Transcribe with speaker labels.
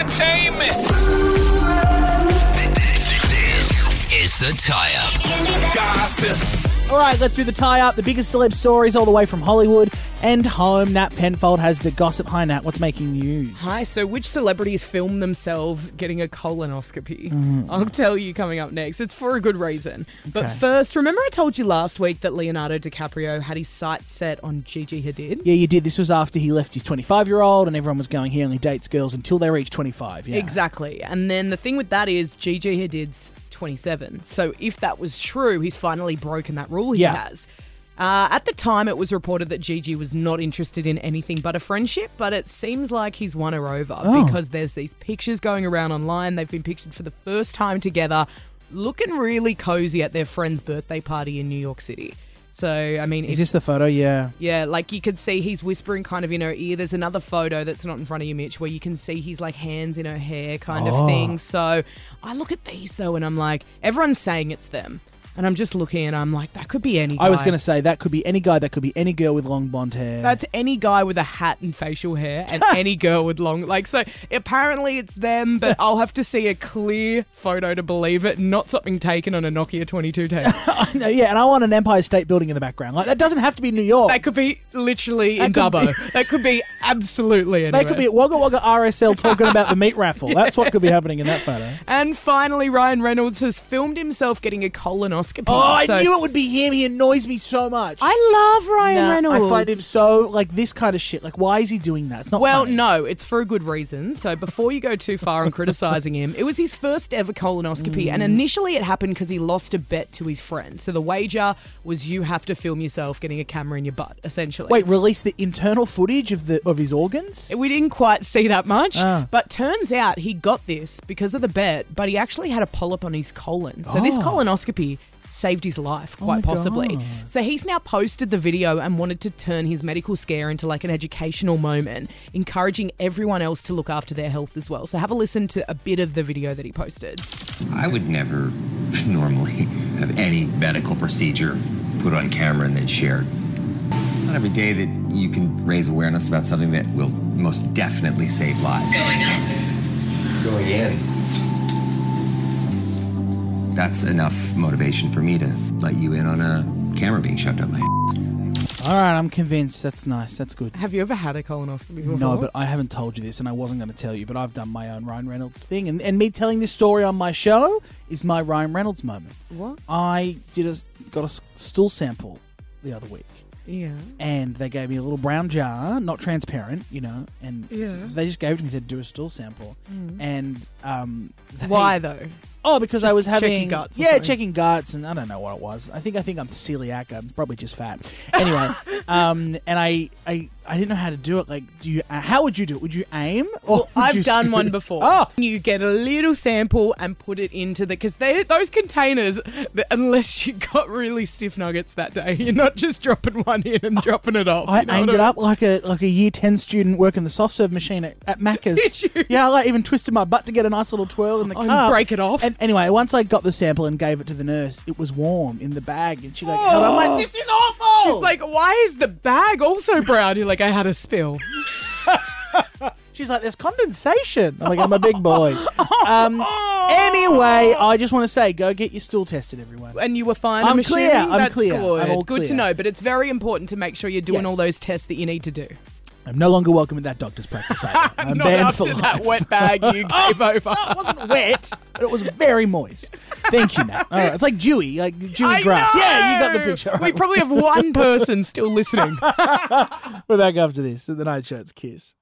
Speaker 1: entertainment.
Speaker 2: This is the tie up.
Speaker 1: Gossip.
Speaker 3: All right, let's do the tie up. The biggest celeb stories all the way from Hollywood and home. Nat Penfold has the gossip. Hi, Nat. What's making news?
Speaker 4: Hi, so which celebrities film themselves getting a colonoscopy? I'll tell you coming up next. It's for a good reason. But
Speaker 3: Okay.
Speaker 4: first, remember I told you last week that Leonardo DiCaprio had his sights set on Gigi Hadid?
Speaker 3: Yeah, you did. This was after he left his 25 year old, and everyone was going, he only dates girls until they reach 25. Yeah.
Speaker 4: Exactly. And then the thing with that is Gigi Hadid's 27. So if that was true, he's finally broken that rule he
Speaker 3: Yeah.
Speaker 4: has. Uh, at the time, it was reported that Gigi was not interested in anything but a friendship, but it seems like he's won her over
Speaker 3: Oh.
Speaker 4: because there's these pictures going around online. They've been pictured for the first time together, looking really cozy at their friend's birthday party in New York City. So, I mean,
Speaker 3: Is
Speaker 4: if-
Speaker 3: this the photo? Yeah.
Speaker 4: yeah, like you could see he's whispering kind of in her ear. There's another photo that's not in front of you, Mitch, where you can see he's like hands in her hair kind
Speaker 3: Oh.
Speaker 4: of thing. So I look at these though and I'm like, everyone's saying it's them. And I'm just looking and I'm like, that could be any guy.
Speaker 3: I was going to say that could be any guy, that could be any girl with long blonde hair.
Speaker 4: That's any guy with a hat and facial hair and any girl with long like so apparently it's them, but I'll have to see a clear photo to believe it, not something taken on a Nokia twenty two ten.
Speaker 3: No, yeah, and I want an Empire State Building in the background. Like that doesn't have to be New York.
Speaker 4: That could be literally in
Speaker 3: That could
Speaker 4: Dubbo. that could be absolutely anywhere.
Speaker 3: They could be at Wagga Wagga RSL talking about the meat raffle. That's what could be happening in that photo.
Speaker 4: And finally, Ryan Reynolds has filmed himself getting a colonoscopy.
Speaker 3: Oh,
Speaker 4: So-
Speaker 3: I knew it would be him. He annoys me so much.
Speaker 4: I love Ryan
Speaker 3: Nah,
Speaker 4: Reynolds.
Speaker 3: I find him so like this kind of shit. Like, why is he doing that? It's not.
Speaker 4: well,
Speaker 3: funny.
Speaker 4: no, it's for a good reason. So before you go too far on criticizing him, it was his first ever colonoscopy,
Speaker 3: Mm.
Speaker 4: and initially it happened because he lost a bet to his friend. So the wager was you have to film yourself getting a camera in your butt, essentially.
Speaker 3: Wait, release the internal footage of the of his organs.
Speaker 4: We didn't quite see that much,
Speaker 3: Ah.
Speaker 4: but turns out he got this because of the bet, but he actually had a polyp on his colon. So this
Speaker 3: Oh.
Speaker 4: colonoscopy saved his life quite
Speaker 3: my
Speaker 4: possibly.
Speaker 3: God.
Speaker 4: So he's now posted the video and wanted to turn his medical scare into like an educational moment, encouraging everyone else to look after their health as well. So have a listen to a bit of the video that he posted.
Speaker 5: I would never normally have any medical procedure put on camera and then shared. It's not every day that you can raise awareness about something that will most definitely save lives. Going in. That's enough motivation for me to let you in on a camera being shoved up my
Speaker 3: All right, I'm convinced. That's nice. That's good.
Speaker 4: Have you ever had a colonoscopy before?
Speaker 3: No, but I haven't told you this, and I wasn't going to tell you. But I've done my own Ryan Reynolds thing, and, and me telling this story on my show is my Ryan Reynolds moment.
Speaker 4: What?
Speaker 3: I did a got a s- stool sample the other week,
Speaker 4: Yeah.
Speaker 3: and they gave me a little brown jar, not transparent, you know, and
Speaker 4: Yeah. Mm.
Speaker 3: they just gave it to me to do a stool sample, and um, they-
Speaker 4: Why though?
Speaker 3: Oh, because I was having
Speaker 4: checking guts or
Speaker 3: yeah,
Speaker 4: something.
Speaker 3: checking guts, and I don't know what it was. I think I think I'm celiac. I'm probably just fat. Anyway, um, and I, I I didn't know how to do it. Like, do you? Uh, how would you do it? Would you aim? Or would
Speaker 4: I've
Speaker 3: you
Speaker 4: done
Speaker 3: scoot
Speaker 4: one
Speaker 3: it?
Speaker 4: before.
Speaker 3: Oh,
Speaker 4: You get a little sample and put it into the because they those containers. th- Unless you got really stiff nuggets that day, you're not just dropping one in and dropping it off.
Speaker 3: I
Speaker 4: you know
Speaker 3: aimed
Speaker 4: what
Speaker 3: it
Speaker 4: I-
Speaker 3: up like a like a year ten student working the soft serve machine at, at Macca's.
Speaker 4: Did you?
Speaker 3: Yeah, I like even twisted my butt to get a nice little twirl in the
Speaker 4: Oh, and
Speaker 3: cup.
Speaker 4: break it off?
Speaker 3: And anyway, once I got the sample and gave it to the nurse, it was warm in the bag, and she like, held
Speaker 4: Oh.
Speaker 3: on, I'm like, this is awful.
Speaker 4: She's like, why is the bag also brown? You're like, I had a spill.
Speaker 3: She's like, there's condensation. I'm like, I'm a big boy. Um, anyway, I just want to say, go get your stool tested, everyone.
Speaker 4: And you were fine.
Speaker 3: I'm
Speaker 4: assuming
Speaker 3: clear, I'm
Speaker 4: That's
Speaker 3: clear, I'm
Speaker 4: Good.
Speaker 3: all
Speaker 4: good to
Speaker 3: clear.
Speaker 4: know. But it's very important to make sure you're doing
Speaker 3: Yes.
Speaker 4: all those tests that you need to do.
Speaker 3: I'm no longer welcome at that doctor's practice. either. I'm
Speaker 4: not
Speaker 3: banned
Speaker 4: after
Speaker 3: for life.
Speaker 4: that wet bag you gave over.
Speaker 3: Oh, wasn't wet, but it was very moist. Thank you, Nat. All right, it's like dewy, like dewy
Speaker 4: I
Speaker 3: grass.
Speaker 4: know!
Speaker 3: Yeah, you got the picture. All
Speaker 4: We
Speaker 3: right,
Speaker 4: probably have one person still listening.
Speaker 3: we're back after this. The night show's kiss.